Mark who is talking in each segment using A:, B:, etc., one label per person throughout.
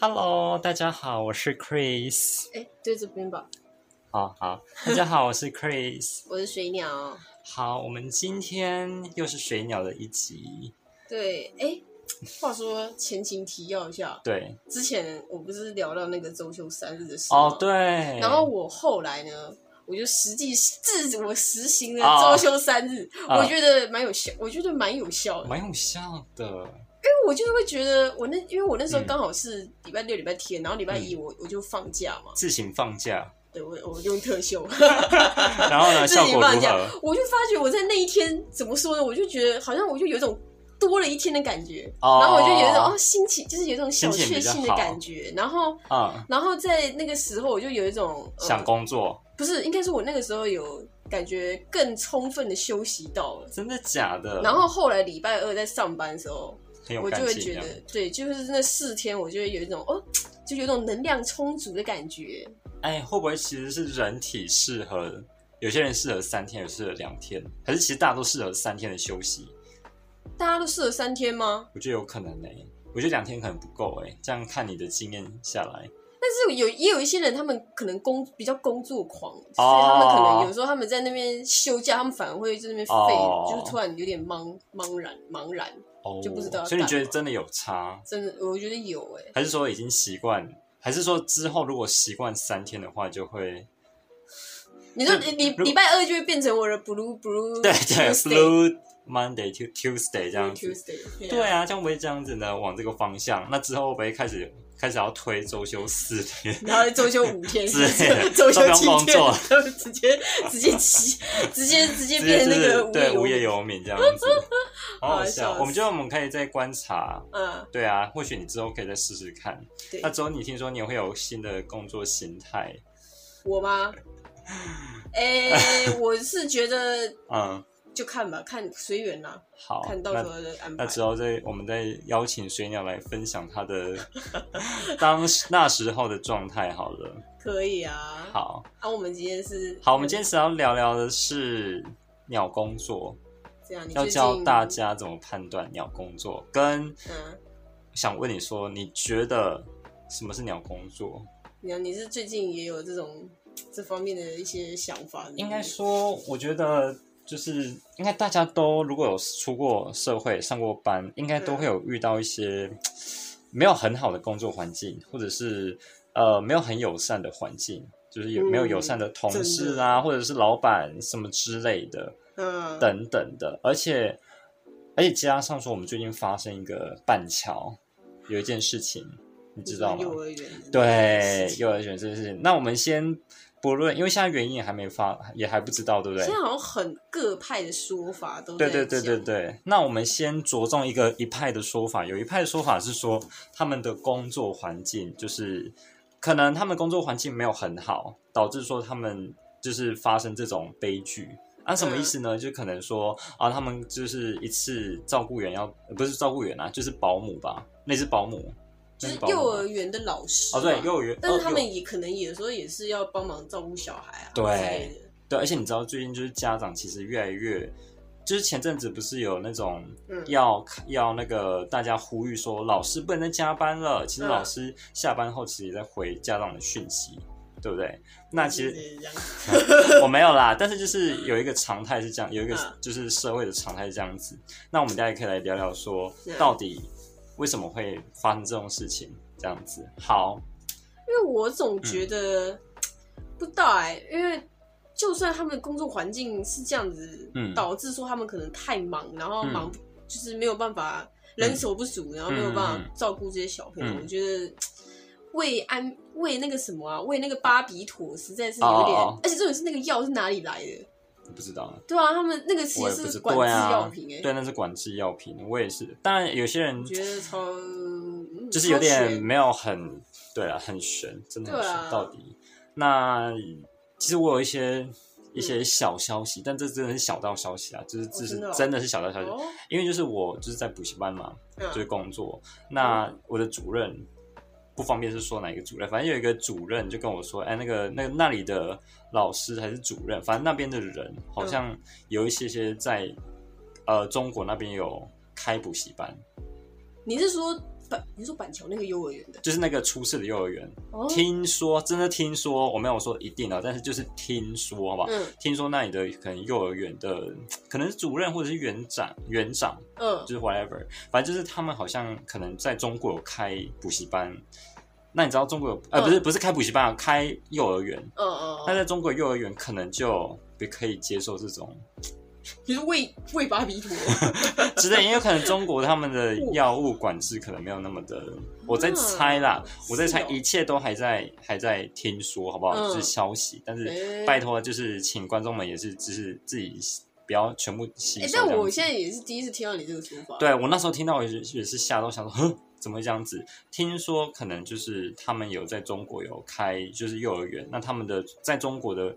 A: Hello，大家好，我是 Chris。
B: 哎，对这边吧，
A: 好 好，大家好，我是 Chris。
B: 我是水鸟。
A: 好，我们今天又是水鸟的一集。
B: 对，哎，话说前情提要一下，
A: 对，
B: 之前我不是聊到那个周休三日的事
A: 哦
B: 吗，
A: 对。
B: 然后我后来呢，我就实际自我实行
A: 哦
B: 了周休三日，
A: 嗯
B: 我觉得蛮有效，我觉得蛮有效的，因
A: 蛮有效的，
B: 为我就会觉得我那，因为我那时候
A: 嗯
B: 刚好是礼拜六、礼拜天，然后礼拜一我我就放假嘛，
A: 自行放假，
B: 对我我用特休，
A: 然后呢，
B: 自
A: 效
B: 己
A: 果
B: 放
A: 如
B: 假
A: 何？
B: 我就发觉我在那一天怎么说呢？我就觉得好像我就有一种多了一天的感觉，
A: 哦
B: 然后我就有一种哦心情，就是有一种小
A: 心情
B: 确
A: 比较
B: 幸的
A: 好
B: 感觉。然后，
A: 啊，
B: 然后在那个时候我就有一种、呃、
A: 想工作，
B: 不是，应该是我那个时候有感觉更充分的休息到了。
A: 真的假的？
B: 然后后来礼拜二在上班的时候，
A: 很有啊
B: 我就
A: 感
B: 会
A: 情
B: 觉
A: 这样，
B: 得，对，就是那四天，我就会有一种哦，就有一种能量充足的感觉。
A: 哎，会不会其实是人体适合？有些人适合三天，有些人适合两天，还是其实大家都适合三天的休息？
B: 大家都适合三天吗？
A: 我觉得有可能呢、我觉得两天可能不够哎、这样看你的经验下来，
B: 但是有也有一些人，他们可能工比较工作狂，所以
A: 哦
B: 他们可能有时候他们在那边休假，他们反而会在那边废，
A: 哦
B: 就是突然有点茫茫然茫然，
A: 哦
B: 就不知道要
A: 所以你觉得
B: 干嘛
A: 真的有差，
B: 真的我觉得有哎、
A: 还是说已经习惯，还是说之后如果习惯三天的话，就会
B: 你说
A: 就
B: 你你
A: 如果
B: 礼拜二就会变成我的 blue blue
A: 对对
B: Tuesday
A: ，Blue Monday、Tu- Tuesday 这样子？
B: Tuesday
A: 对啊，这样会不会这样子呢？往这个方向，那之后会不会开始开始要推周休四天？
B: 然后周休五天
A: 之类的，
B: 周休
A: 都不
B: 七
A: 用工
B: 天，
A: 作
B: 然后直接直接骑，直接直接
A: 直
B: 变
A: 接
B: 成
A: 就
B: 那
A: 是
B: 个无
A: 对无业
B: 业游
A: 游民这样 子，好好
B: 好笑
A: 笑。
B: 死
A: 我们觉得我们可以再观察，
B: 嗯，
A: 对啊，或许你之后可以再试试看。
B: 对
A: 那之后你听说你会有新的工作形态，
B: 我 吗？哎、我是觉得
A: 嗯，
B: 就看吧，看随缘啦。
A: 好，
B: 看到时
A: 那
B: 候的安排
A: 那。之后再我们再邀请水鸟来分享他的 当时那时候的状态好了。
B: 可以啊。，
A: 好
B: 啊，我们今天是
A: 好，我们今天是要聊聊的是鸟工作，
B: 这样，你
A: 要
B: 最
A: 教
B: 近
A: 大家怎么判断鸟工作，跟
B: 嗯，
A: 想问你说，你觉得什么是鸟工作？
B: 你看你是最近也有这种这方面的一些想法，
A: 应该说，我觉得就是应该大家都如果有出过社会、上过班，应该都
B: 嗯
A: 会有遇到一些没有很好的工作环境，或者是呃没有很友善的环境，就是有
B: 嗯
A: 没有友善的同事啊，或者是老板什么之类的
B: 嗯，
A: 等等的，而且而且加上说，我们最近发生一个板桥有一件事情，你知道吗？
B: 幼儿园的
A: 对
B: 事，情
A: 幼儿园这件事情，那我们先不论，因为现在原因也还没发，也还不知道，对不对
B: 现？在好像很各派的说法都在
A: 对对对对
B: 讲，
A: 对。那我们先着重一个一派的说法，有一派的说法是说他们的工作环境就是可能他们工作环境没有很好，导致说他们就是发生这种悲剧。啊，什么意思呢？
B: 嗯
A: 就可能说啊，他们就是一次照顾员要呃不是照顾员啊，就是保姆吧，那是保姆，
B: 就
A: 那
B: 是
A: 保姆
B: 幼
A: 吗
B: 儿园的老师
A: 哦，对
B: 嘛，
A: 幼儿园，
B: 但是
A: 哦
B: 他
A: 幼
B: 们也可能有时候也是要帮忙照顾小孩啊，
A: 对
B: 之类的，
A: 对，而且你知道最近就是家长其实越来越，就是前阵子不是有那种
B: 嗯，
A: 要、要那个大家呼吁说老师不能再加班了，其实
B: 嗯
A: 老师下班后其实也在回家长的讯息，对不对？那其实
B: 实这样，
A: 我没有啦，但是就是有一个常态是这样，有一个
B: 嗯
A: 就是社会的常态是这样子。那我们大家可以来聊聊说
B: 嗯
A: 到底为什么会发生这种事情，这样子。好，
B: 因为我总觉得、
A: 嗯
B: 不知道哎、因为就算他们的工作环境是这样子，
A: 嗯
B: 导致说他们可能太忙，然后忙、就是没有办法人手不足，然后没有办
A: 嗯嗯
B: 法照顾这些小朋友，
A: 嗯
B: 我觉得。为安为那个什么啊，为那个巴比妥实在是
A: 哦
B: 有点，
A: 哦哦
B: 而且重点是那个药是哪里来的？
A: 不知道。
B: 对啊，他们那个其
A: 我也
B: 实
A: 不知
B: 是
A: 道
B: 管
A: 对
B: 制
A: 啊，
B: 药品哎、
A: 对，那是管制药品，我也是。当然，有些人
B: 我觉得超、嗯
A: 就是有
B: 超
A: 点
B: 悬
A: 没有很对啊，很悬，真的很悬。
B: 对啊
A: 到底那其实我有一些一些小消息，但这真的是小道消息啊，就是这是、
B: 真嗯的哦
A: 真的是小道消息，
B: 哦，
A: 因为就是我就是在补习班嘛，
B: 嗯
A: 嗯就是工作。那我的主任不方便是说哪一个主任，反正有一个主任就跟我说，哎，那个那个那里的老师还是主任，反正那边的人好
B: 嗯
A: 像有一些些在、呃中国那边有开补习班，
B: 你是说板，你说板桥那个幼儿园的，
A: 就是那个出事的幼儿园，
B: 哦，
A: 听说真的听说，我没有说一定啊，但是就是听说，好不好？
B: 嗯
A: 听说那里的可能幼儿园的，可能是主任或者是园长，园长
B: 嗯
A: 就是 whatever，反正就是他们好像可能在中国有开补习班。那你知道中国有呃
B: 嗯
A: 不是不是开补习班啊，开幼儿园。
B: 嗯嗯
A: 那
B: 嗯，
A: 在中国幼儿园可能就不可以接受这种
B: 你是喂喂芭比 兔，
A: 之类，因为可能中国他们的药物管制可能没有那么的，我在猜啦，我在猜，
B: 嗯是哦
A: 一切都还在还在听说，好不好？
B: 嗯
A: 就是消息，但是
B: 哎
A: 拜托，就是请观众们也是，只是自己不要全部吸
B: 哎、
A: 收这样
B: 但
A: 子。
B: 我现在也是第一次听到你这个说法。，
A: 对我那时候听到我也是也是吓到，想说呵怎么会这样子？听说可能就是他们有在中国有开就是幼儿园，那他们的在中国的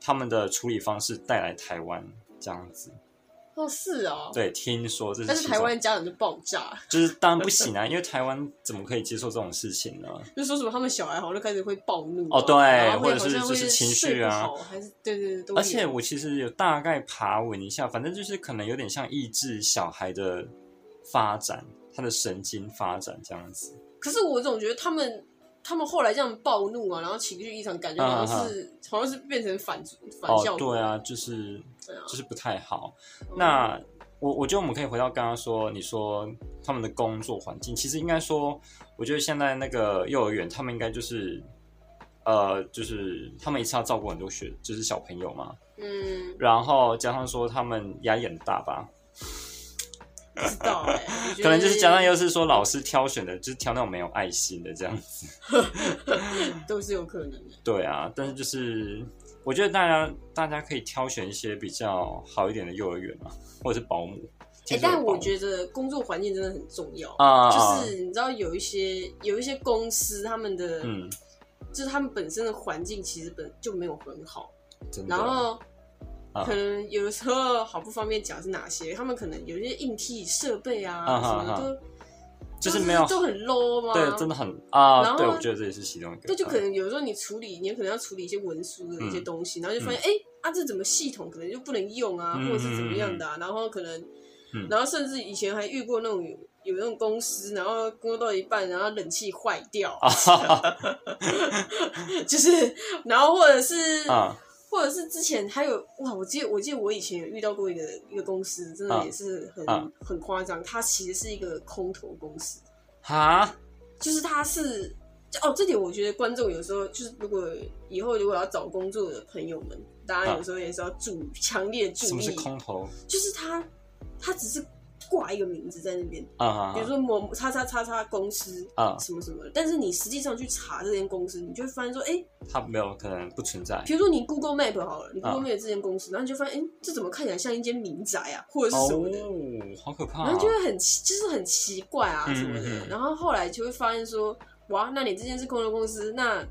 A: 他们的处理方式带来台湾这样子。
B: 哦，是啊，
A: 对，听说这是
B: 但是
A: 其
B: 台
A: 中
B: 湾家长就爆炸，
A: 就是当然不行啊，因为台湾怎么可以接受这种事情呢？
B: 就说什么他们小孩好像就开始会暴怒啊
A: 哦对
B: 然后
A: 或
B: 会
A: 者
B: 好
A: 是
B: 像会
A: 就是情
B: 睡
A: 绪
B: 不
A: 啊
B: 好还是对对对，都
A: 而且
B: 有
A: 我其实有大概爬文一下，反正就是可能有点像抑制小孩的发展，他的神经发展这样子。
B: 可是我总觉得他们。他们后来这样暴怒啊，然后情绪异常，感觉好像是、好像是变成反反
A: 嗯哦
B: 效，果。
A: 对啊，就是
B: 对啊
A: 就是不太好。
B: 嗯，
A: 那我我觉得我们可以回到刚刚说，你说他们的工作环境，其实应该说，我觉得现在那个幼儿园，他们应该就是，呃，就是他们一次要照顾很多学，就是小朋友嘛，
B: 嗯，
A: 然后加上说他们压力很大吧，
B: 不知道哎、我觉得
A: 可能就是加上又是说老师挑选的，就是挑那种没有爱心的这样子。
B: 都是有可能的。
A: 对啊，但是就是我觉得大家大家可以挑选一些比较好一点的幼儿园啊，或者是保姆。
B: 哎、
A: 听说有
B: 但我
A: 保姆
B: 觉得工作环境真的很重要。
A: 啊，啊
B: 就是你知道有一些有一些公司他们的，
A: 嗯，
B: 就是他们本身的环境其实本就没有很好，
A: 真的。
B: 然后
A: 嗯啊
B: 可能有的时候好不方便讲是哪些，他们可能有一些硬体设备啊
A: 啊
B: 什么
A: 啊啊
B: 的
A: 就
B: 都
A: 是
B: 都
A: 没有
B: 都很 low 嘛，
A: 对，真的很
B: 然
A: 啊，
B: 后
A: 对，我觉得这也是其中一个。
B: 对，就可能有时候你处理，你可能要处理一些文书的
A: 嗯
B: 一些东西，然后就发现，哎、啊，这怎么系统可能就不能用啊，
A: 嗯
B: 或者是怎么样的啊，然后可能，
A: 嗯
B: 然后甚至以前还遇过那种有有那种公司，然后工作到一半，然后冷气坏掉，
A: 啊
B: 就是，然后或者是。
A: 啊，
B: 或者是之前还有哇，我记得我记得我以前有遇到过一个一个公司，真的
A: 啊
B: 也是很、
A: 啊
B: 很夸张，它其实是一个空投公司，
A: 哈，
B: 就是他是哦，这点我觉得观众有时候就是，如果以后如果要找工作的朋友们，大家有时候也是要注强烈
A: 啊什
B: 注
A: 么
B: 意
A: 是，空投？
B: 就是他他只是挂一个名字在那边，
A: 啊啊，
B: 比如说某叉叉叉叉公司
A: 啊
B: 什么什么的，但是你实际上去查这间公司，你就会发现说，哎，
A: 它没有可能不存在。
B: 比如说你 Google Map 好了，你
A: 啊
B: Google Map 这间公司，然后你就发现，哎，这怎么看起来像一间民宅啊，或者是
A: 哦
B: 什么的，，
A: 好可怕
B: 然
A: 啊！
B: 后就会很奇，就是很奇怪啊
A: 嗯
B: 什么的。
A: 嗯嗯
B: 然后后来就会发现说，哇，那你这件是空投公司，那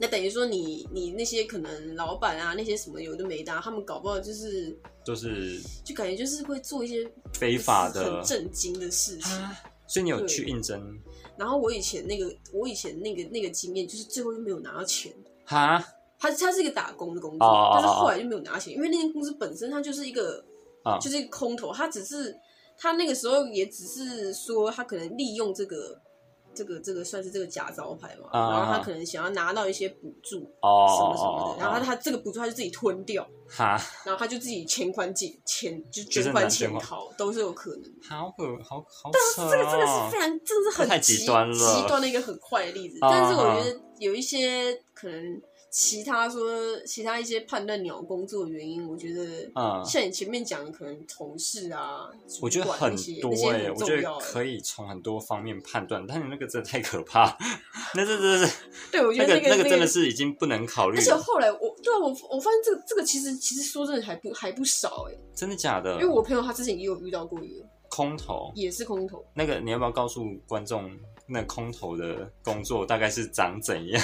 B: 那等于说你你那些可能老板啊，那些什么有的没的啊、他们搞不好就是
A: 就是
B: 就感觉就是会做一些
A: 非法的
B: 很震惊的事情。
A: 啊，所以你有
B: 对
A: 去应征
B: 然后我以前那个我以前那个那个经验，就是最后就没有拿到钱。
A: 哈？
B: 他他是一个打工的工
A: 哦哦
B: 作
A: 哦，
B: 但是后来就没有拿钱，因为那间公司本身它就是一个
A: 啊
B: 就是一个空头，他只是他那个时候也只是说他可能利用这个这个这个算是这个假招牌嘛，
A: 啊啊啊
B: 然后他可能想要拿到一些补助
A: 哦，
B: 什么什
A: 哦
B: 么的，然后
A: 哦
B: 他这个补助他就自己吞掉，
A: 哈，
B: 然后他就自己钱款进钱就
A: 就是
B: 卷
A: 拿
B: 款
A: 钱
B: 潜
A: 款
B: 逃都是有可能的。
A: 好可好好扯
B: 这个真的
A: 哦
B: 是非常，真的是很
A: 太
B: 极
A: 极端了
B: 极端的一个很坏的例子。
A: 啊
B: 但是我觉得有一些可能其他说其他一些判断鸟工作的原因，我觉得
A: 嗯
B: 像你前面讲的，可能同事啊，
A: 我觉得
B: 主管
A: 很
B: 那些
A: 多
B: 那些
A: 哎、
B: 很
A: 我觉
B: 重
A: 得
B: 要。
A: 可以从很多方面判断，但你那个真的太可怕， 那这真的是，
B: 对，我觉
A: 那
B: 得
A: 个那
B: 个
A: 个真的。是已经不能考虑
B: 而且
A: 了，
B: 后来我对啊，我我发现这个这个其实其实说真的还不还不少哎、
A: 真的假的
B: 因为？我朋友他之前也有遇到过一个
A: 空投
B: 也是空头，
A: 那个，你要不要告诉观众，那空投的工作大概是长怎 样？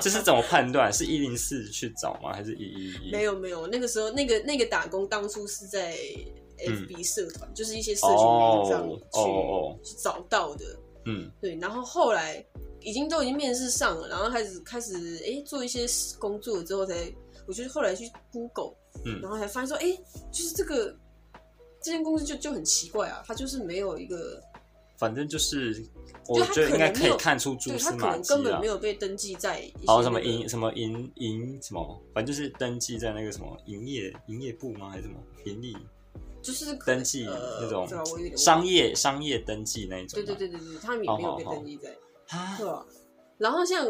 A: 这是怎么判断？是一零四去找吗？还是一一一？
B: 没
A: 有
B: 有没有，那个时候那个那个打工当初是在
A: 嗯
B: FB 社团，就是一些社群
A: 哦
B: 网站
A: 哦
B: 去、
A: 哦，
B: 去找到的。
A: 嗯
B: 对，然后后来已经都已经面试上了，然后开始开始哎、诶做一些工作之后才，我就是后来去 Google，
A: 嗯
B: 然后才发现说，哎、就是这个这间公司就就很奇怪啊，它就是没有一个。
A: 反正就是
B: 就
A: 我
B: 他
A: 觉得
B: 可
A: 应该
B: 能
A: 可
B: 没
A: 以
B: 有
A: 看出蛛
B: 对他
A: 丝
B: 可
A: 马
B: 能
A: 迹
B: 根本
A: 啊
B: 没。有被登记在一些
A: 然哦后什么
B: 那个
A: 营什么营营什么，反正就是登记在那个什么营业营业部吗？还是什么盈利
B: 就是可
A: 登记
B: 呃
A: 那种
B: 对啊我有点忘
A: 商哦业商业登记那一种
B: 对
A: 吗？
B: 对对对对，他们也
A: 好
B: 没有
A: 好
B: 被
A: 好
B: 登记在，
A: 啊
B: 对啊。然后像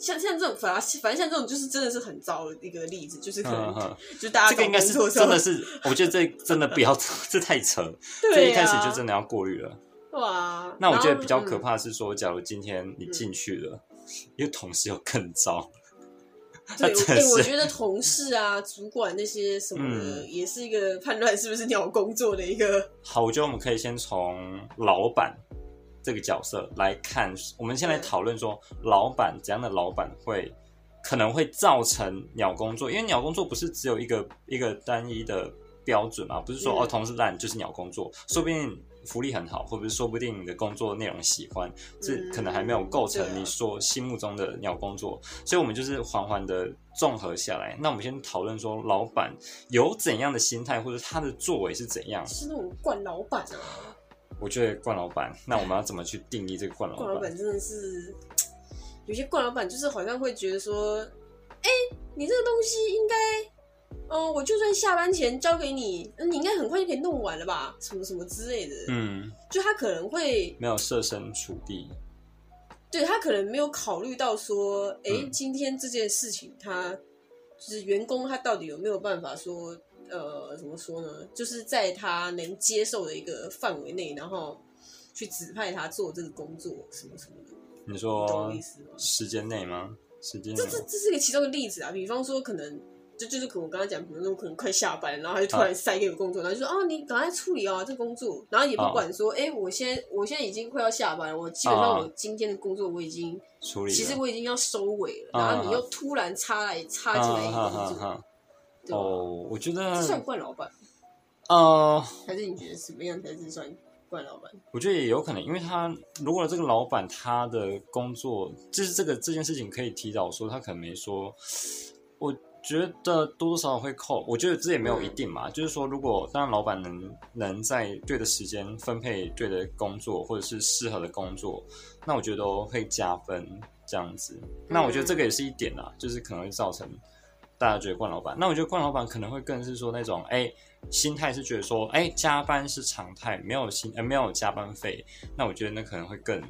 B: 像像这种，反正反正像这种就是真的是很糟的一个例子，就是可能
A: 嗯哼，
B: 就大家
A: 这个应该是
B: 找工作时候
A: 真的是，我觉得这真的不要， 这太扯，这
B: 对
A: 一开始就
B: 的
A: 真的要过滤了。
B: 哇。
A: 那我觉得
B: 然后
A: 比较可
B: 嗯
A: 怕的是说，假如今天你进去了，因为同事又更糟，
B: 对，
A: 真
B: 我
A: 的
B: 哎、我
A: 是嗯
B: 觉得同事 啊、主管那些什么的，也是一个判断是不是鸟工作的一个。
A: 好，我觉得我们可以先从老板这个角色来看，我们先来
B: 对
A: 讨论说，老板怎样的老板会可能会造成鸟工作，因为鸟工作不是只有一个一个单一的标准嘛，不是说、
B: 嗯
A: 哦同事烂就是鸟工作，说不定福利很好，或者是说不定你的工作内容喜欢，这
B: 嗯
A: 可能还没有构成
B: 对啊
A: 你说心目中的鸟工作，所以我们就是缓缓的综合下来。那我们先讨论说，老板有怎样的心态，或者他的作为是怎样。
B: 是那种惯老板啊，
A: 我觉得冠老板，那我们要怎么去定义这个冠
B: 惯老
A: 老板？
B: 板真的是，有些惯老板就是好像会觉得说，哎、你这个东西应该，嗯、我就算下班前交给你，嗯你应该很快就可以弄完了吧，什么什么之类的。，
A: 嗯，
B: 就他可能会
A: 没有设身处地，
B: 对他可能没有考虑到说，诶，
A: 嗯
B: 今天这件事情他就是员工他到底有没有办法说，呃，怎么说呢？就是在他能接受的一个范围内，然后去指派他做这个工作什么什么的，
A: 你
B: 你懂我
A: 说
B: 意思吗？
A: 时间内吗？时间内
B: 这这这是一个其中的例子啊，比方说可能。就就是可能我刚刚讲，比如说我可能快下班，然后他就突
A: 啊
B: 然塞给我工作，然后就说哦，你赶快处理啊这工作，然后也不
A: 啊
B: 管说，诶，我现在我现在已经快要下班了，我基本上
A: 啊
B: 我今天的工作我已经
A: 处理了，
B: 其实我已经要收尾了，
A: 啊
B: 然后你又突然插来插进来一个
A: 啊
B: 工
A: 啊啊
B: 作，
A: 啊
B: 对吧？
A: 哦，我觉
B: 这算
A: 得
B: 惯老板，
A: 呃，
B: 还是你觉得什么样才是算惯老板？
A: 我觉得也有可能，因为他如果这个老板他的工作就是这个这件事情可以提早说，他可能没说。我觉得多多少少会扣，我觉得这也没有一定嘛。就是说，如果当然老板能能在对的时间分配对的工作，或者是适合的工作，那我觉得都会加分这样子。那我觉得这个也是一点啊，就是可能会造成大家觉得冠老板。那我觉得冠老板可能会更是说那种，哎、心态是觉得说，哎、加班是常态，没有薪呃没有加班费。那我觉得那可能会更，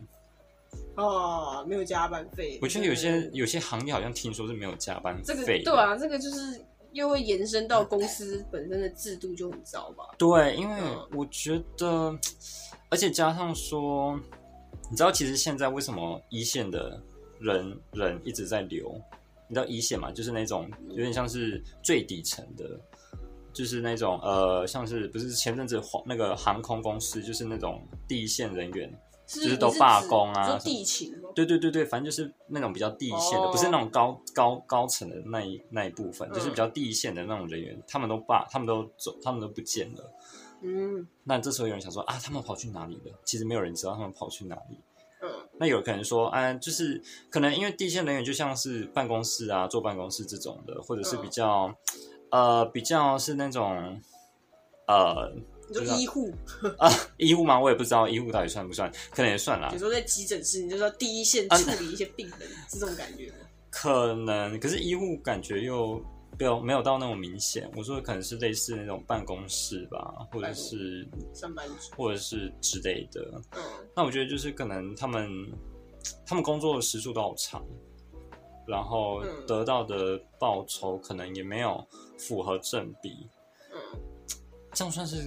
B: 哦，没有加班费，
A: 我觉得有些有些行业好像听说是没有加班
B: 这个
A: 费的，
B: 对啊，这个就是又会延伸到公司本身的制度就很糟吧？
A: 对，因为
B: 嗯
A: 我觉得，而且加上说，你知道，其实现在为什么一线的人人一直在留？你知道一线嘛，就是那种有点像是最底层的，就是那种呃，像是不是前阵子黄那个航空公司，就是那种第一线人员，
B: 是
A: 就是
B: 你
A: 都
B: 指
A: 罢工啊
B: 你说
A: 什么
B: 地勤吗？
A: 对对对对，反正就是那种比较地线的，
B: 哦
A: 不是那种高高高层的那一那一部分，就是
B: 嗯
A: 比较地线的那种人员，他们都罢，他们都走，他们都不见了。
B: 嗯
A: 那这时候有人想说啊，他们跑去哪里了？其实没有人知道他们跑去哪里。
B: 嗯
A: 那有可能说，啊，就是可能因为地线人员就像是办公室啊，坐办公室这种的，或者是
B: 嗯
A: 比较、呃比较是那种呃
B: 你说医护，
A: 啊医护吗？我也不知道医护到底算不算，可能也算啦
B: 比如，说在急诊室，你就说第一
A: 啊
B: 线处理一些病人，是这种感觉吗？
A: 可能可是医护感觉又。没有没有到那种明显，我说可能是类似那种办公室吧，或者
B: 办公
A: 是
B: 上班族，
A: 或者是之类的，
B: 嗯，
A: 那我觉得就是可能他们他们工作的时数都好长，然后
B: 嗯
A: 得到的报酬可能也没有符合正比，
B: 嗯，
A: 这样算是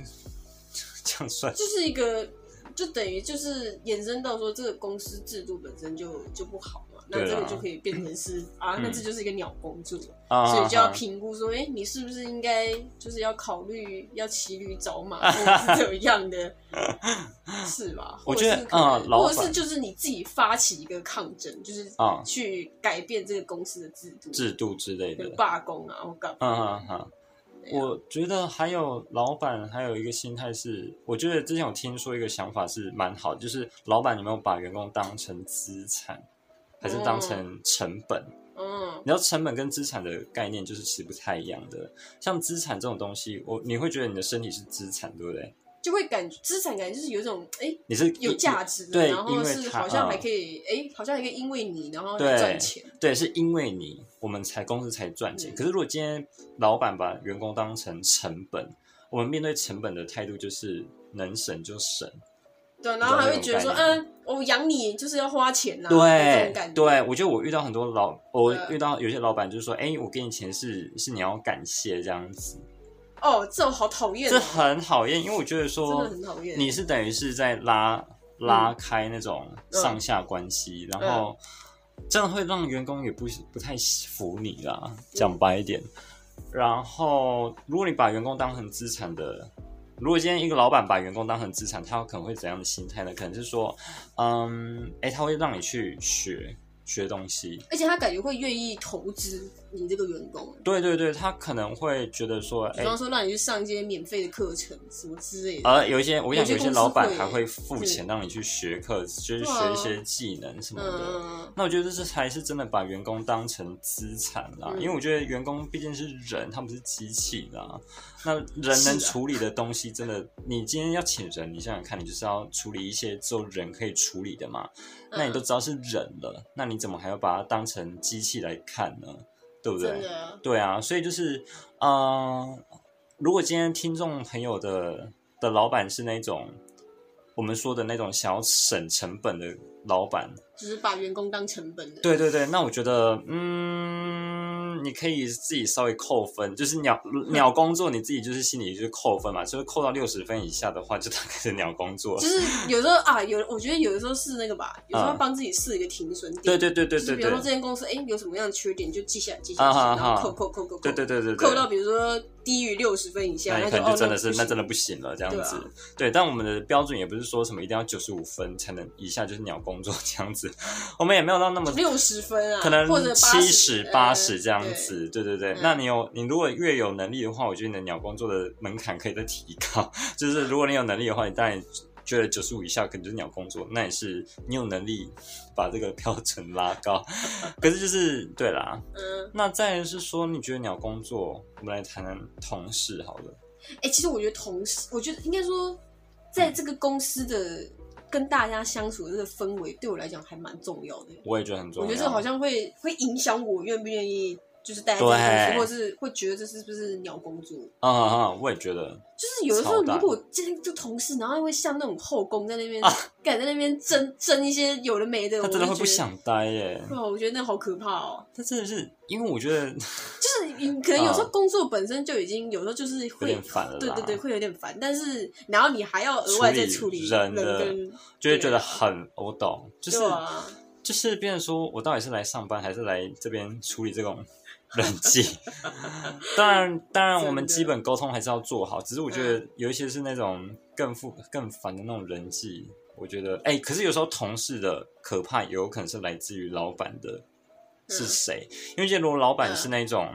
A: 这样算是
B: 就是一个，就等于就是延伸到说这个公司制度本身就就不好嘛，那
A: 对啊
B: 这个就可以变成是啊，
A: 嗯
B: 那这就是一个鸟工作，
A: 啊
B: 所以就要评估说，哎、你是不是应该就是要考虑要骑驴找马 或者是怎么样的，是吧？
A: 我觉得
B: 或者是可能
A: 嗯老
B: 或
A: 板
B: 者是就是你自己发起一个抗争，就是
A: 嗯
B: 去改变这个公司的制度，
A: 制度之类的
B: 跟，罢工啊，我干嘛？
A: 嗯嗯嗯。
B: 对啊
A: 我觉得还有老板还有一个心态是，我觉得之前有听说一个想法是蛮好的，就是老板有没有把员工当成资产，还是当成成本？
B: 嗯
A: 你知道成本跟资产的概念就是其实不太一样的。像资产这种东西，我你会觉得你的身体是资产，对不对？
B: 就会感资产感就是有一种哎
A: 你是
B: 有
A: 因
B: 价值的，
A: 对
B: 然
A: 因
B: 后
A: 为
B: 是
A: 它
B: 好像还
A: 嗯
B: 可以哎、好像还可以因为你然后
A: 对
B: 来赚钱，
A: 对，是因为你我们才公司才赚钱。
B: 嗯
A: 可是如果今天老板把员工当成成本，我们面对成本的态度就是能省就省。
B: 对，然后还会觉得说
A: 你知道那
B: 啊，我养你就是要花钱呐、这啊种
A: 对
B: 感觉，嗯
A: 对，我觉得我遇到很多老，我
B: 对
A: 遇到有些老板就是说，哎，我给你钱是是你要感谢这样子，
B: 哦，这种好讨厌、
A: 这
B: 哦，
A: 很讨厌，因为我觉得说
B: 真的很讨厌，
A: 你是等于是在拉
B: 嗯
A: 拉开那种上下关系，然后这样会让员工也不不太服你
B: 嗯
A: 啦，讲白一点。然后，如果你把员工当成资产的，如果今天一个老板把员工当成资产，他可能会怎样的心态呢？可能是说，嗯，哎，他会让你去学学东西，
B: 而且他感觉会愿意投资你这个员工，
A: 对对对，他可能会觉得说，
B: 比
A: 哎，
B: 方说让你去上一些免费的课程什么之类的。
A: 呃，有一些我想
B: 有些
A: 有一些
B: 公司
A: 老板
B: 会嗯啊
A: 还会付钱让你去学课，就是学一些技能什么的。
B: 嗯，
A: 那我觉得这是才是真的把员工当成资产啦，
B: 嗯
A: 因为我觉得员工毕竟是人，他不是机器啦。那人能
B: 是啊
A: 处理的东西，真的，你今天要请人，你想想看，你就是要处理一些只有人可以处理的嘛。那
B: 嗯
A: 你都知道是人了，那你怎么还要把它当成机器来看呢？对不对？
B: 真的啊，
A: 对啊，所以就是，嗯、如果今天听众朋友的的老板是那种我们说的那种想要省成本的老板，
B: 就是把员工当成本的。
A: 对对对，那我觉得，嗯，你可以自己稍微扣分，就是鸟
B: 嗯
A: 鸟工作，你自己就是心里就是扣分嘛，就是扣到六十分以下的话，就大概是鸟工作了
B: 就。是有时候啊，有我觉得有的时候是那个吧，有时候
A: 嗯
B: 要帮自己试一个停损点。
A: 对对对对
B: 就是
A: 对
B: 比如
A: 对
B: 说，这间公司哎有什么样的缺点，就记下来记下来，
A: 啊哈
B: 然后
A: 哈
B: 扣扣扣扣扣，
A: 对对对对
B: 扣到
A: 对，
B: 比如说低于六十分以下，
A: 那你可
B: 就
A: 能就
B: 哦
A: 真的是
B: 不
A: 那真的
B: 行
A: 不行了这样
B: 对啊
A: 子。对，但我们的标准也不是说什么一定要九十五分才能以下就是鸟工作这样子，我们也没有到那么
B: 六十分啊，
A: 可能
B: 或者
A: 七
B: 十呃
A: 十八十这样。子，对对对。
B: 嗯
A: 那你有你如果越有能力的话，我觉得你的鸟工作的门槛可以再提高。 就是如果你有能力的话，你当然觉得九十五以下可能就是鸟工作，那也是你有能力把这个标准拉高。 可是就是对啦，
B: 对嗯，
A: 那再来是说，你觉得鸟工作，我们来谈谈同事好了。
B: 哎，其实我觉得同事，我觉得应该说，在这个公司的跟大家相处的这个氛围，对我来讲还蛮重要的。
A: 我也觉得很重
B: 我
A: 要，
B: 觉得这好像会会影响我愿不愿意就是待在这个公司，
A: 对
B: 或者是会觉得这是不是鸟工作。
A: 啊啊啊！我也觉得，
B: 就是有的时候，
A: 操蛋
B: 如果今天就同事，然后会像那种后宫在那边
A: 啊
B: 敢、在那边争争一些有的没的，
A: 他真的会不
B: 想。
A: 想待耶。
B: 哇，我觉得那好可怕哦！
A: 他真的是，因为我觉得
B: 就是你可能
A: 啊
B: 有时候工作本身就已经有时候就是
A: 有
B: 会
A: 点，烦了啦。
B: 对对对，会有点烦，但是然后你还要额外再处理
A: 处理人的
B: 跟
A: 就会觉得很我懂，就是、
B: 对啊，
A: 就是变成说我到底是来上班还是来这边处理这 种人际？当然，当然
B: 真的嗯
A: 我们基本沟通还是要做好，只是我觉得有一些是那种更复更烦的那种人际，我觉得哎、可是有时候同事的可怕也有可能是来自于老板的是
B: 嗯
A: 谁，因为这如果老板
B: 嗯
A: 是那种。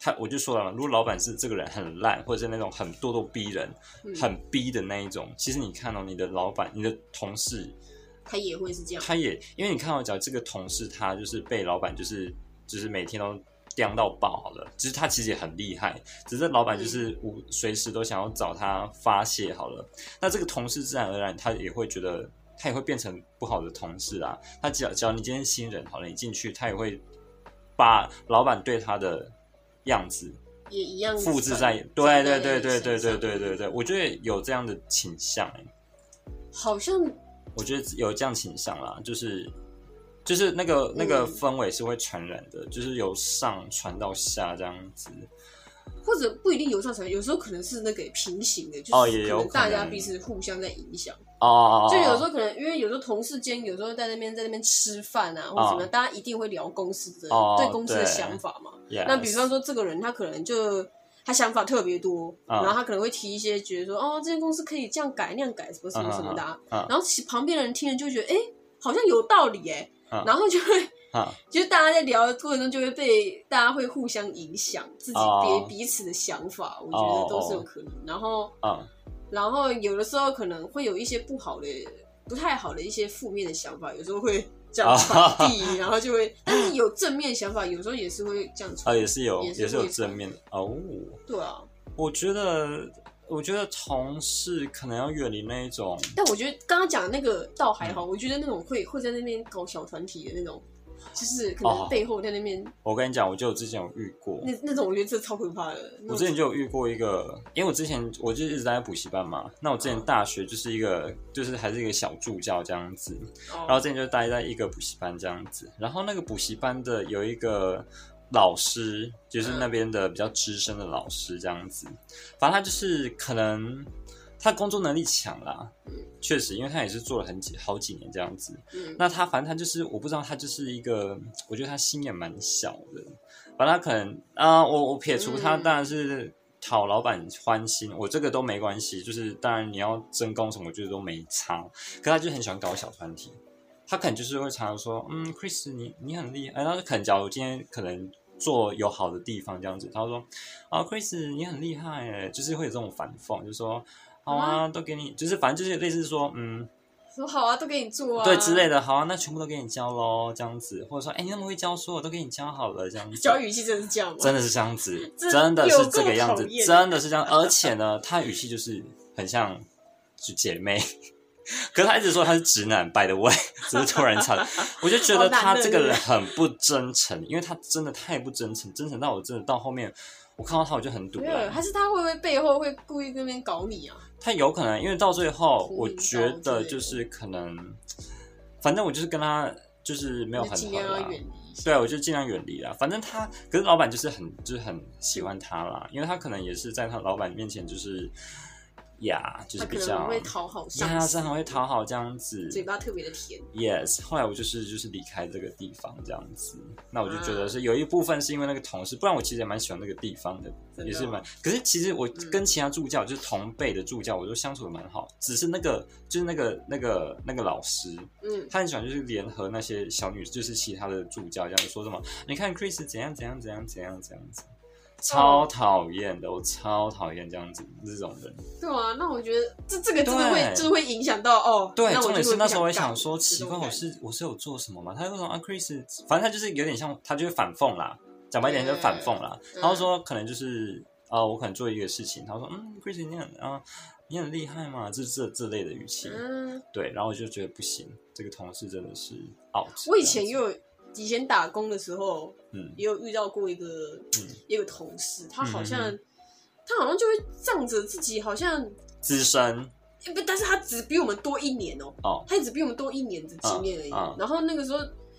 A: 他我就说了嘛，如果老板是这个人很烂，或者是那种很咄咄逼人、
B: 嗯
A: 很逼的那一种，其实你看哦到、你的老板、你的同事
B: 他也会是这样，
A: 他也因为你看到，哦假如这个同事他就是被老板就是就是每天都刁到爆好了，只是他其实也很厉害，只是老板就是无随时都想要找他发泄好了。那这个同事自然而然他也会觉得他也会变成不好的同事啊。他只要只要你今天新人好了，你进去他也会把老板对他的样子
B: 也一样
A: 复制在
B: 传
A: 对
B: 传
A: 对
B: 在
A: 对对对
B: 身
A: 对
B: 上
A: 对对对，我觉得有这样的倾向、欸。
B: 好像
A: 我觉得有这样倾向啦，就是就是那个那个氛围是会传染的，就是由上传到下这样子。
B: 或者不一定有上传，有时候可能是那个平行的，
A: 哦
B: 就
A: 也
B: 是
A: 有
B: 可能大
A: 可
B: 家
A: 能
B: 彼此互相在影响。
A: 哦哦哦，
B: 就有时
A: 候
B: 候可能因为有时候同事间有时候在那边在那边吃饭啊，或者什么，
A: 哦
B: 大家一定会聊公司的
A: 哦
B: 对公司的
A: 对
B: 想法
A: 哦
B: 嘛。那比方说，这个人他可能就他想法特别多，
A: 啊
B: 然后他可能会提一些觉得说，哦，这间公司可以这样改那样改，什么什么什么的、啊。
A: 啊啊啊
B: 然后其旁边的人听了就会觉得，哎，好像有道理哎、
A: 啊
B: 然后就会
A: 啊，
B: 就是大家在聊的过程中就会被大家会互相影响自己
A: 哦
B: 别彼此的想法，我觉得都是有可能。然后，
A: 啊
B: 然后有的时候可能会有一些不好的、不太好的一些负面的想法，有时候会。这样传
A: 啊
B: 递， 然后就会，但是有正面想法，有时候也是会这样传
A: 啊
B: 递。
A: 也是有
B: 也是
A: 也是有
B: 会传
A: 正面的哦。
B: 对啊，
A: 我觉得我觉得同事可能要远离那一种，
B: 但我觉得刚刚讲的那个倒还
A: 嗯
B: 好，我觉得那种会会在那边搞小团体的那种，就是可
A: 哦
B: 能背后在那边、
A: 我跟你讲，我就之前有遇过，
B: 那那种，我觉得这超可怕的。那
A: 我
B: 种
A: 之前就有遇过一个，因为我之前我就一直在补习班嘛，那我之前大学就是一个就是还是一个小助教这样子，
B: 哦
A: 然后之前就待在一个补习班这样子，然后那个补习班的有一个老师，就是那边的比较资深的老师这样子，反正他就是可能他工作能力强啦，确实，因为他也是做了很几好几年这样子，
B: 嗯
A: 那他反正他就是我不知道他就是一个，我觉得他心也蛮小的，反正他可能啊、我我撇除他
B: 嗯
A: 当然是讨老板欢心，我这个都没关系，就是当然你要争功什么，我觉得都没差。可他就很喜欢搞小团体，他可能就是会常常说，嗯，Chris 你你很厉害，然哎后可能假如今天可能做有好的地方这样子，他会说啊，Chris 你很厉害哎，就是会有这种反讽，就说好啊，都给你，就是反正就是类似说，嗯。
B: 说好啊，都给你做啊，
A: 对之类
B: 的。
A: 的，好啊，那全部都给你教喽，这样子，或者说，哎、你那么会教书，我都给你教好了，这样子。
B: 教语气真的是这样吗？
A: 真的是这样子，
B: 这
A: 真的
B: 有
A: 是
B: 够
A: 这个样子
B: 讨，厌
A: 真的是这样，而且呢，他语气就是很像就姐妹， 可是他一直说他是直男，by the way，只是 突然 插，我就觉得他这个人很不真诚，因为他真的太不真诚，真诚到我真的到后面，我看到他我就很堵
B: 没有，
A: 了。
B: 还是他会不会背后会故意在那边搞你啊？
A: 他有可能，因为到最后，
B: 嗯
A: 我觉得就是可能，反正我就是跟他就是没有
B: 就
A: 很
B: 尽
A: 好
B: 量
A: 啦
B: 要远离一下。
A: 对，我就尽量远离啦。反正他，可是老板就是很就是很喜欢他啦，因为他可能也是在他老板面前就是呀，就
B: 他
A: 是
B: 可
A: 比
B: 能
A: 较
B: 会讨好
A: 呀，
B: 上
A: 是
B: 司，
A: 很会讨好这样子。
B: 嘴巴特别的甜。
A: Yes，后来我就是就是离开这个地方这样子，那我就觉得是有一部分是因为那个同事，不然我其实也蛮喜欢那个地方的，
B: 真的
A: 也是
B: 哦
A: 蛮。嗯可是其实我跟其他助教、就是同辈的助教，我都相处的蛮好，只是那个就是那个那个那个老师，
B: 嗯，
A: 他很喜欢就是联合那些小女，就是其他的助教这样说什么，你看 Chris 怎样怎样怎样怎样怎样子，超讨厌的，我超讨厌这样子这种人。
B: 对啊，那我觉得这这个真的会
A: 对
B: 就是会影响到哦。
A: 对，
B: 那我
A: 重点
B: 就是会
A: 那时候
B: 不
A: 我也
B: 干
A: 想说，奇怪，我
B: 这种
A: 是我是有做什么吗？他就说啊，Chris，反正他就是有点像，他就是反讽啦，讲白一点就是反讽啦。
B: 嗯
A: 然后说可能就是啊、呃我可能做一个事情，他说嗯，Chris 你很啊、你很厉害嘛，这这这类的语气
B: 感。嗯，
A: 对，然后我就觉得不行，这个同事真的是 out。
B: 我以前
A: 这
B: 也
A: 样子
B: 有以前打工的时候，
A: 嗯
B: 也有遇到过一个、
A: 嗯
B: 一个同事，他好像、
A: 嗯
B: 他好像就会仗着自己好像
A: 资深
B: 不，但是他只比我们多一年哦、
A: 哦
B: 他也只比我们多一年的经验而已。
A: 嗯嗯
B: 然后那个时候，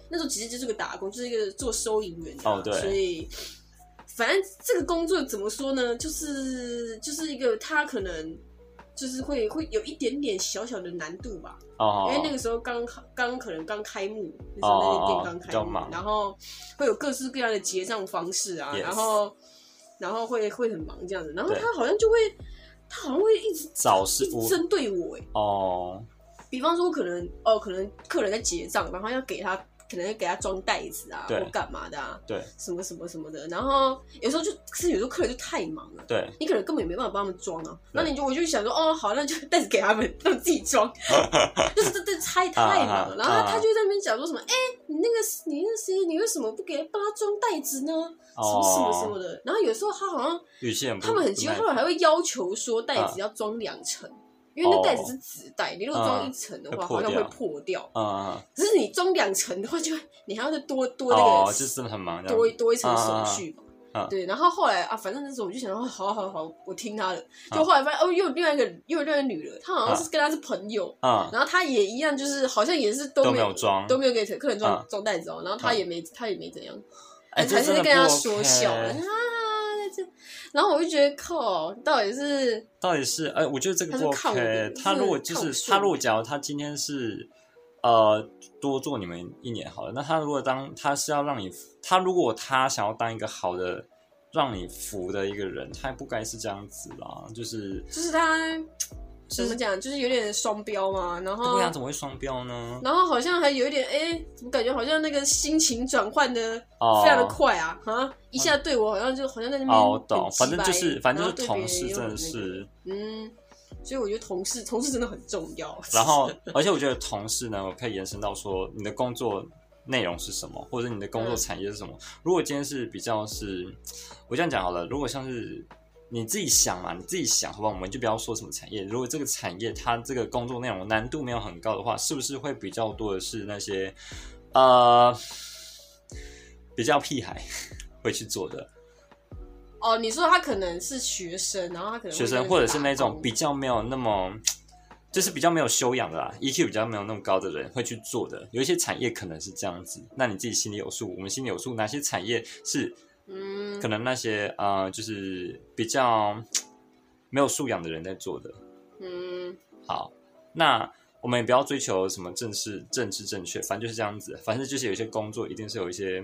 B: 那时候其实就是个打工，就是一个做收银员的啊
A: 哦对
B: 所以反正这个工作怎么说呢，就是就是一个他可能就是会会有一点点小小的难度吧，
A: 哦，
B: 因为那
A: 个
B: 个时候刚刚可能刚开幕，那时候那个店刚
A: 哦比
B: 开
A: 较
B: 幕，
A: 忙
B: 然后会有各式各样的结账方式啊
A: Yes
B: 然后然后会会很忙这样子，然后
A: 对
B: 他好像就会他好像会一直
A: 早是
B: 一直
A: 我
B: 针对我哎、
A: 哦
B: 比方说我可能哦，可能客人在结账，然后要给他，可能要给他装袋子啊，
A: 对
B: 或干嘛的啊，
A: 对
B: 什么什么什么的。然后有时候就，可是有时候客人就太忙了。
A: 对
B: 你可能根本也没办法帮他们装啊，那你就我就想说，哦，好，那就袋子给他们，他们自己 装，就是这这太太
A: 啊啊
B: 忙了。然后他就在那边讲说什么，哎、你那个你那谁，你为什么不给帮他装袋子呢？什么什么什么
A: 哦，
B: 的。然后有时候他好像
A: 语气很不
B: 他们很奇怪，
A: 不
B: 他
A: 耐
B: 们还会要求说
A: 啊
B: 袋子要装两层，因为那袋子是纸袋，你如果装一层的话，
A: 哦啊会破
B: 好像
A: 掉
B: 会破掉。
A: 嗯嗯嗯
B: 只是你装两层的话，就会你还要再多多那
A: 哦
B: 个，
A: 就真的很忙这样
B: 多一多一层
A: 嗯嗯
B: 手续嘛
A: 嗯。
B: 对，然后后来啊，反正那时候我就想说，哦好好好，我听他的。
A: 啊
B: 就后来发现，哦，又有另外一个，又有另外一个女的，她好像是跟她是朋友，
A: 嗯
B: 然后她也一样，就是好像也是
A: 都
B: 没
A: 没有装
B: 都没有给客人装
A: 嗯
B: 装袋子哦，然后她也没她也没怎样，
A: 哎，这
B: 还是
A: 真的
B: 跟他
A: 不
B: 说
A: OK
B: 笑啊，这，然后我就觉得靠，到底是
A: 到底是哎、我觉得这个不
B: 他是看我的
A: OK。他如果就
B: 就是看我
A: 是
B: 顺
A: 他如果假如他今天是呃多做你们一年好了，那他如果当他是要让你服，他如果他想要当一个好的让你服的一个人，他也不该是这样子啦，就是
B: 就是他
A: 就
B: 怎么
A: 是
B: 讲，就是有点双标嘛，然后
A: 不啊然怎么会双标呢？
B: 然后好像还有一点，哎，怎么感觉好像那个心情转换的
A: 哦
B: 非常的快啊啊！一下对我好像就好像在那边
A: 哦，我
B: 很
A: 懂，反正就
B: 鸡掰
A: 是反正
B: 然
A: 就是
B: 后对
A: 同
B: 别
A: 事
B: 人又
A: 真的
B: 很那个
A: 是，
B: 嗯，所以我觉得同事同事真的很重要。
A: 然后而且我觉得同事呢，我可以延伸到说你的工作。内容是什么，或者你的工作
B: 嗯
A: 产业是什么？如果今天是比较是，我这样讲好了，如果像是你自己想嘛，你自己想，好吧？我们就不要说什么产业。如果这个产业它这个工作内容难度没有很高的话，是不是会比较多的是那些呃比较屁孩 会去做的
B: 哦，你说他可能是学生，然后他可能
A: 学生，
B: 会
A: 或者是那
B: 打
A: 种
B: 工
A: 比较没有那么就是比较没有修养的啦，EQ 比较没有那么高的人会去做的。有一些产业可能是这样子，那你自己心里有数，我们心里有数，哪些产业是
B: 嗯
A: 可能那些呃就是比较没有素养的人在做的。
B: 嗯，
A: 好，那我们也不要追求什么正式政治正确，反正就是这样子。反正就是有一些工作，一定是有一些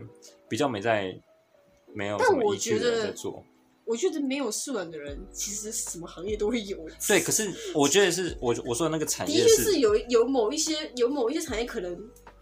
A: 比较没在没有
B: 但
A: 什么
B: 我
A: EQ
B: 觉
A: 的
B: 得
A: 人在做。
B: 我觉得没有素养的人，其实什么行业都会有。
A: 对，可是我觉得是我我说的那个产
B: 的
A: 业
B: 确是有有某一些有某一些产业可能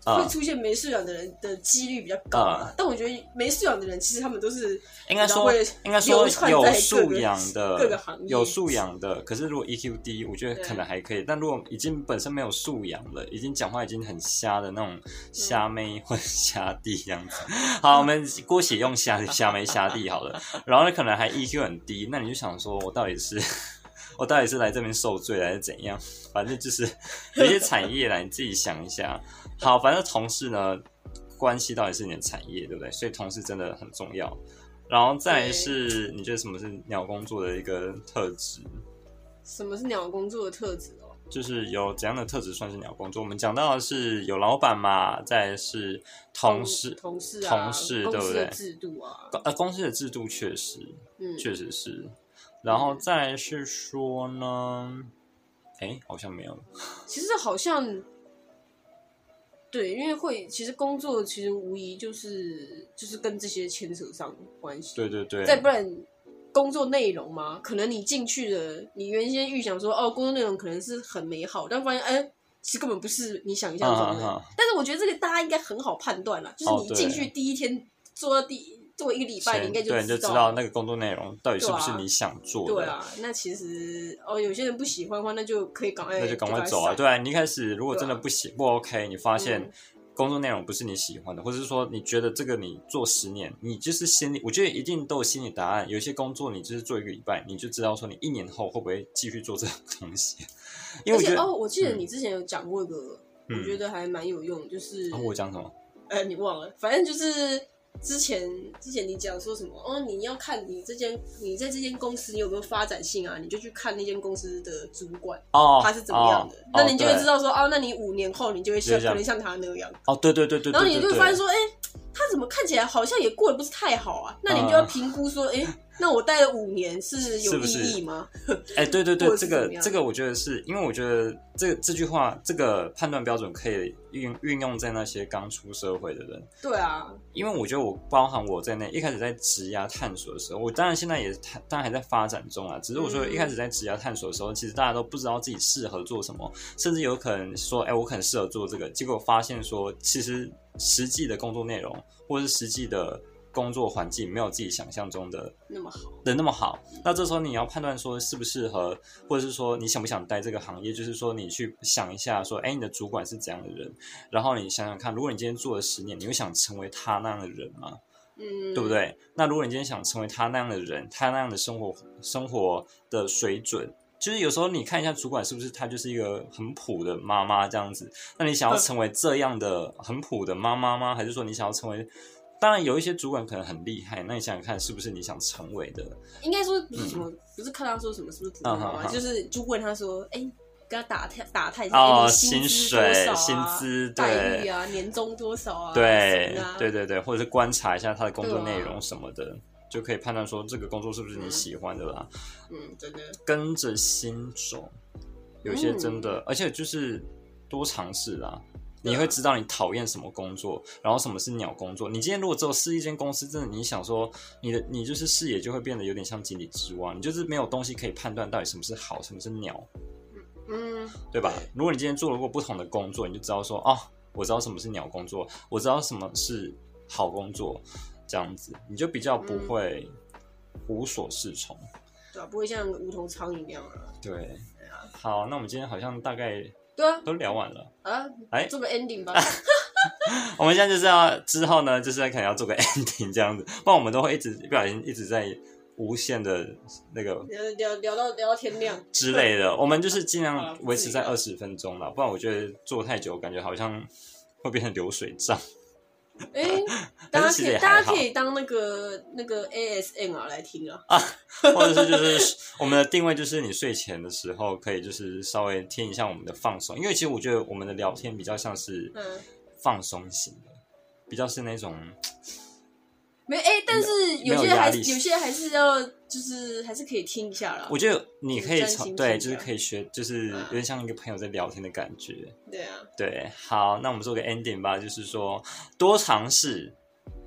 B: 会
A: 啊、
B: 出现没素养的人的几率比较高啊、
A: 嗯
B: 但我觉得没素养的人，其实他们都是
A: 应该说
B: 比较会
A: 应该说
B: 流窜在
A: 有
B: 各个
A: 素养
B: 各个
A: 的
B: 行业，
A: 有素养的。可是如果 EQ 低，我觉得
B: 对
A: 可能还可以。但如果已经本身没有素养了，已经讲话已经很瞎的那种
B: 嗯
A: 瞎妹或者瞎弟这样子，好，我们姑且用瞎瞎妹瞎弟好了。然后呢，可能还 EQ 很低，那你就想说我到底是 我到底是来这边受罪还是怎样？反正就是 有一些产业啦，你自己想一下。好，反正同事呢，关系到底是你的产业，对不对？所以同事真的很重要。然后再来是，你觉得什么是鸟工作的一个特质？
B: 什么是鸟工作的特质哦？
A: 就是有怎样的特质算是鸟工作？我们讲到的是有老板嘛，再来是同事，
B: 同事啊，
A: 同事
B: 公
A: 对不
B: 司的
A: 对？
B: 制度啊，
A: 呃，公司的制度确实，
B: 嗯，
A: 确实是。然后再来是说呢，哎，好像没有了。
B: 其实好像对，因为会其实工作其实无疑就是就是跟这些牵扯上关系，
A: 对对对，
B: 再不然工作内容嘛，可能你进去的，你原先预想说哦，工作内容可能是很美好，但发现哎。其实根本不是你想象中
A: 嗯
B: 的，
A: 嗯嗯
B: 但是我觉得这个大家应该很好判断了，就
A: 哦
B: 是你进去
A: 对
B: 第一天做到第一做一个礼拜，
A: 先
B: 你应该
A: 对，你就
B: 知
A: 知
B: 道
A: 道
B: 了
A: 那个工作内容到底是不是
B: 对啊
A: 你想做的。
B: 对啊，那其实哦，有些人不喜欢的话，那哎就可以赶快
A: 那就赶快走啊！
B: 闪
A: 对啊，你一开始如果真的
B: 对啊
A: 不喜不 OK，你发现
B: 嗯
A: 工作内容不是你喜欢的，或者是说你觉得这个你做十年，你就是心里，我觉得一定都有心理答案。有一些工作你就是做一个礼拜，你就知道说你一年后会不会继续做这个东西。因为我
B: 而
A: 觉
B: 且
A: 得，
B: 哦，我记得
A: 嗯
B: 你之前有讲过一个，我觉
A: 嗯，
B: 得还蛮有用，就是
A: 啊我讲什么？
B: 呃，你忘了，反正就是之前之前你讲说什么哦，你要看你这间你在这间公司你有没有发展性啊，你就去看那间公司的主管
A: 哦，
B: 他是怎么样的，
A: 哦
B: 那你就会知。
A: 哦
B: 道说哦，那你五年后你就会像
A: 就这样
B: 可能像他那样，
A: 对哦，对对对对，
B: 然后你就
A: 对
B: 会
A: 对
B: 发现说，哎、他怎么看起来好像也过得不是太好啊？那你就要评估说，哎、那我待了五年是有
A: 嗯是不是
B: 意义吗？
A: 哎，对对
B: 或
A: 对，
B: 者
A: 这
B: 是
A: 个
B: 怎么样
A: 这个，我觉得是因为我觉得这这句话这个判断标准可以运运用在那些刚出社会的人。
B: 对啊，
A: 因为我觉得我包含我在内，一开始在职涯探索的时候，我当然现在也探当然还在发展中啊。只是我说
B: 嗯
A: 一开始在职涯探索的时候，其实大家都不知道自己适合做什么，甚至有可能说，哎，我可能适合做这个，结果发现说，其实实际的工作内容或者是实际的工作环境没有自己想象中的
B: 那么好，
A: 的那么好。那这时候你要判断说适不适合，或者是说你想不想待这个行业，就是说你去想一下说，哎，你的主管是怎样的人，然后你想想看，如果你今天做了十年，你会想成为他那样的人吗？
B: 嗯，
A: 对不？对？那如果你今天想成为他那样的人，他那样的生活生活的水准，就是有时候你看一下主管是不是他就是一个很普的妈妈这样子，那你想要成为这样的很普的妈妈吗？还是说你想要成为？当然有一些主管可能很厉害，那你想想看是不是你想成为的？
B: 应该说不是什么，不是看他说什么是不是普通
A: 嗯
B: 话，
A: 哼哼
B: 就是就问他说，哎、跟他打探打探一下，哎
A: 哦，
B: 你
A: 薪
B: 资多少
A: 水、
B: 啊？
A: 薪资
B: 待遇
A: 对。
B: 啊，年终多少啊？
A: 对
B: 什么的啊
A: 对对对，或者是观察一下他的工作
B: 对啊
A: 内容什么的，就可以判断说这个工作是不是你
B: 嗯
A: 喜欢的啦。
B: 嗯，真的，
A: 跟着心走，有些真的，而且就是多尝试啦。
B: 对啊
A: 你会知道你讨厌什么工作，然后什么是鸟工作。你今天如果只有试一间公司，真的你想说你的你就是视野就会变得有点像井底之蛙，你就是没有东西可以判断到底什么是好，什么是鸟，
B: 嗯，
A: 对吧
B: 对？
A: 如果你今天做了过不同的工作，你就知道说哦，我知道什么是鸟工作，我知道什么是好工作，这样子你就比较不
B: 嗯
A: 会无所适从。
B: 对啊吧、不会像无头苍蝇那样啊。
A: 对，好，那我们今天好像大概
B: 对啊，
A: 都聊完了。
B: 啊，
A: 哎
B: 做个 ending 吧。
A: 我 们现在就是要之后呢，就是可能要做个 ending 这样子，不然我们都会一直不小心一直在无限的那个
B: 聊聊聊到聊到天亮，
A: 之类的，我们就是尽
B: 好了
A: 量
B: 不
A: 维
B: 至
A: 持
B: 于
A: 在
B: 吧
A: 二十分钟了，不然我觉得做太久，感觉好像会变成流水账。
B: 哎、大
A: 但
B: 家
A: 是其
B: 可
A: 实
B: 以
A: 也
B: 大
A: 还
B: 家
A: 好
B: 可以当那个那个 ASMR 来听啊，
A: 或者是就是我们的定位就是你睡前的时候可以就是稍微听一下我们的放松，因为其实我觉得我们的聊天比较像是
B: 嗯
A: 放松型的，比较是那种
B: 没哎、但是
A: 没有
B: 有些还
A: 压
B: 是
A: 力
B: 有些还是要就是还是可以听一下啦
A: 我。觉得你可以
B: 专
A: 从
B: 心
A: 对
B: 听
A: 就是
B: 的
A: 可以学，就是有点像一个朋友在聊天的感觉。
B: 对啊，
A: 对，好，那我们做个 ending 吧，就是说多尝试，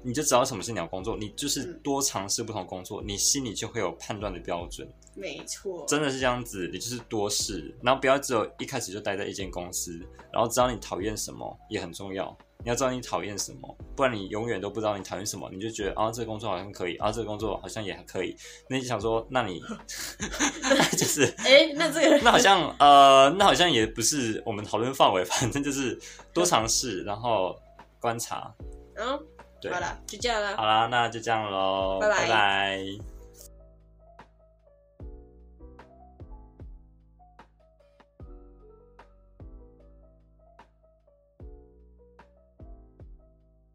A: 你就知道什么是你要工作，你就是
B: 嗯
A: 多尝试不同工作，你心里就会有判断的标准，
B: 没错，
A: 真的是这样子，你就是多试，然后不要只有一开始就待在一间公司，然后知道你讨厌什么也很重要，你要知道你讨厌什么，不然你永远都不知道你讨厌什么，你就觉得啊这个工作好像可以，啊这个工作好像也可以，那你就想说，那你 就是
B: 哎、那这个
A: 那好像呃，那好像也不是我们讨论范围， 反正就是多尝试，然后观察。
B: 嗯，
A: 对，
B: 好啦，就这样啦。
A: 好啦，那就这样喽，
B: 拜拜
A: 拜拜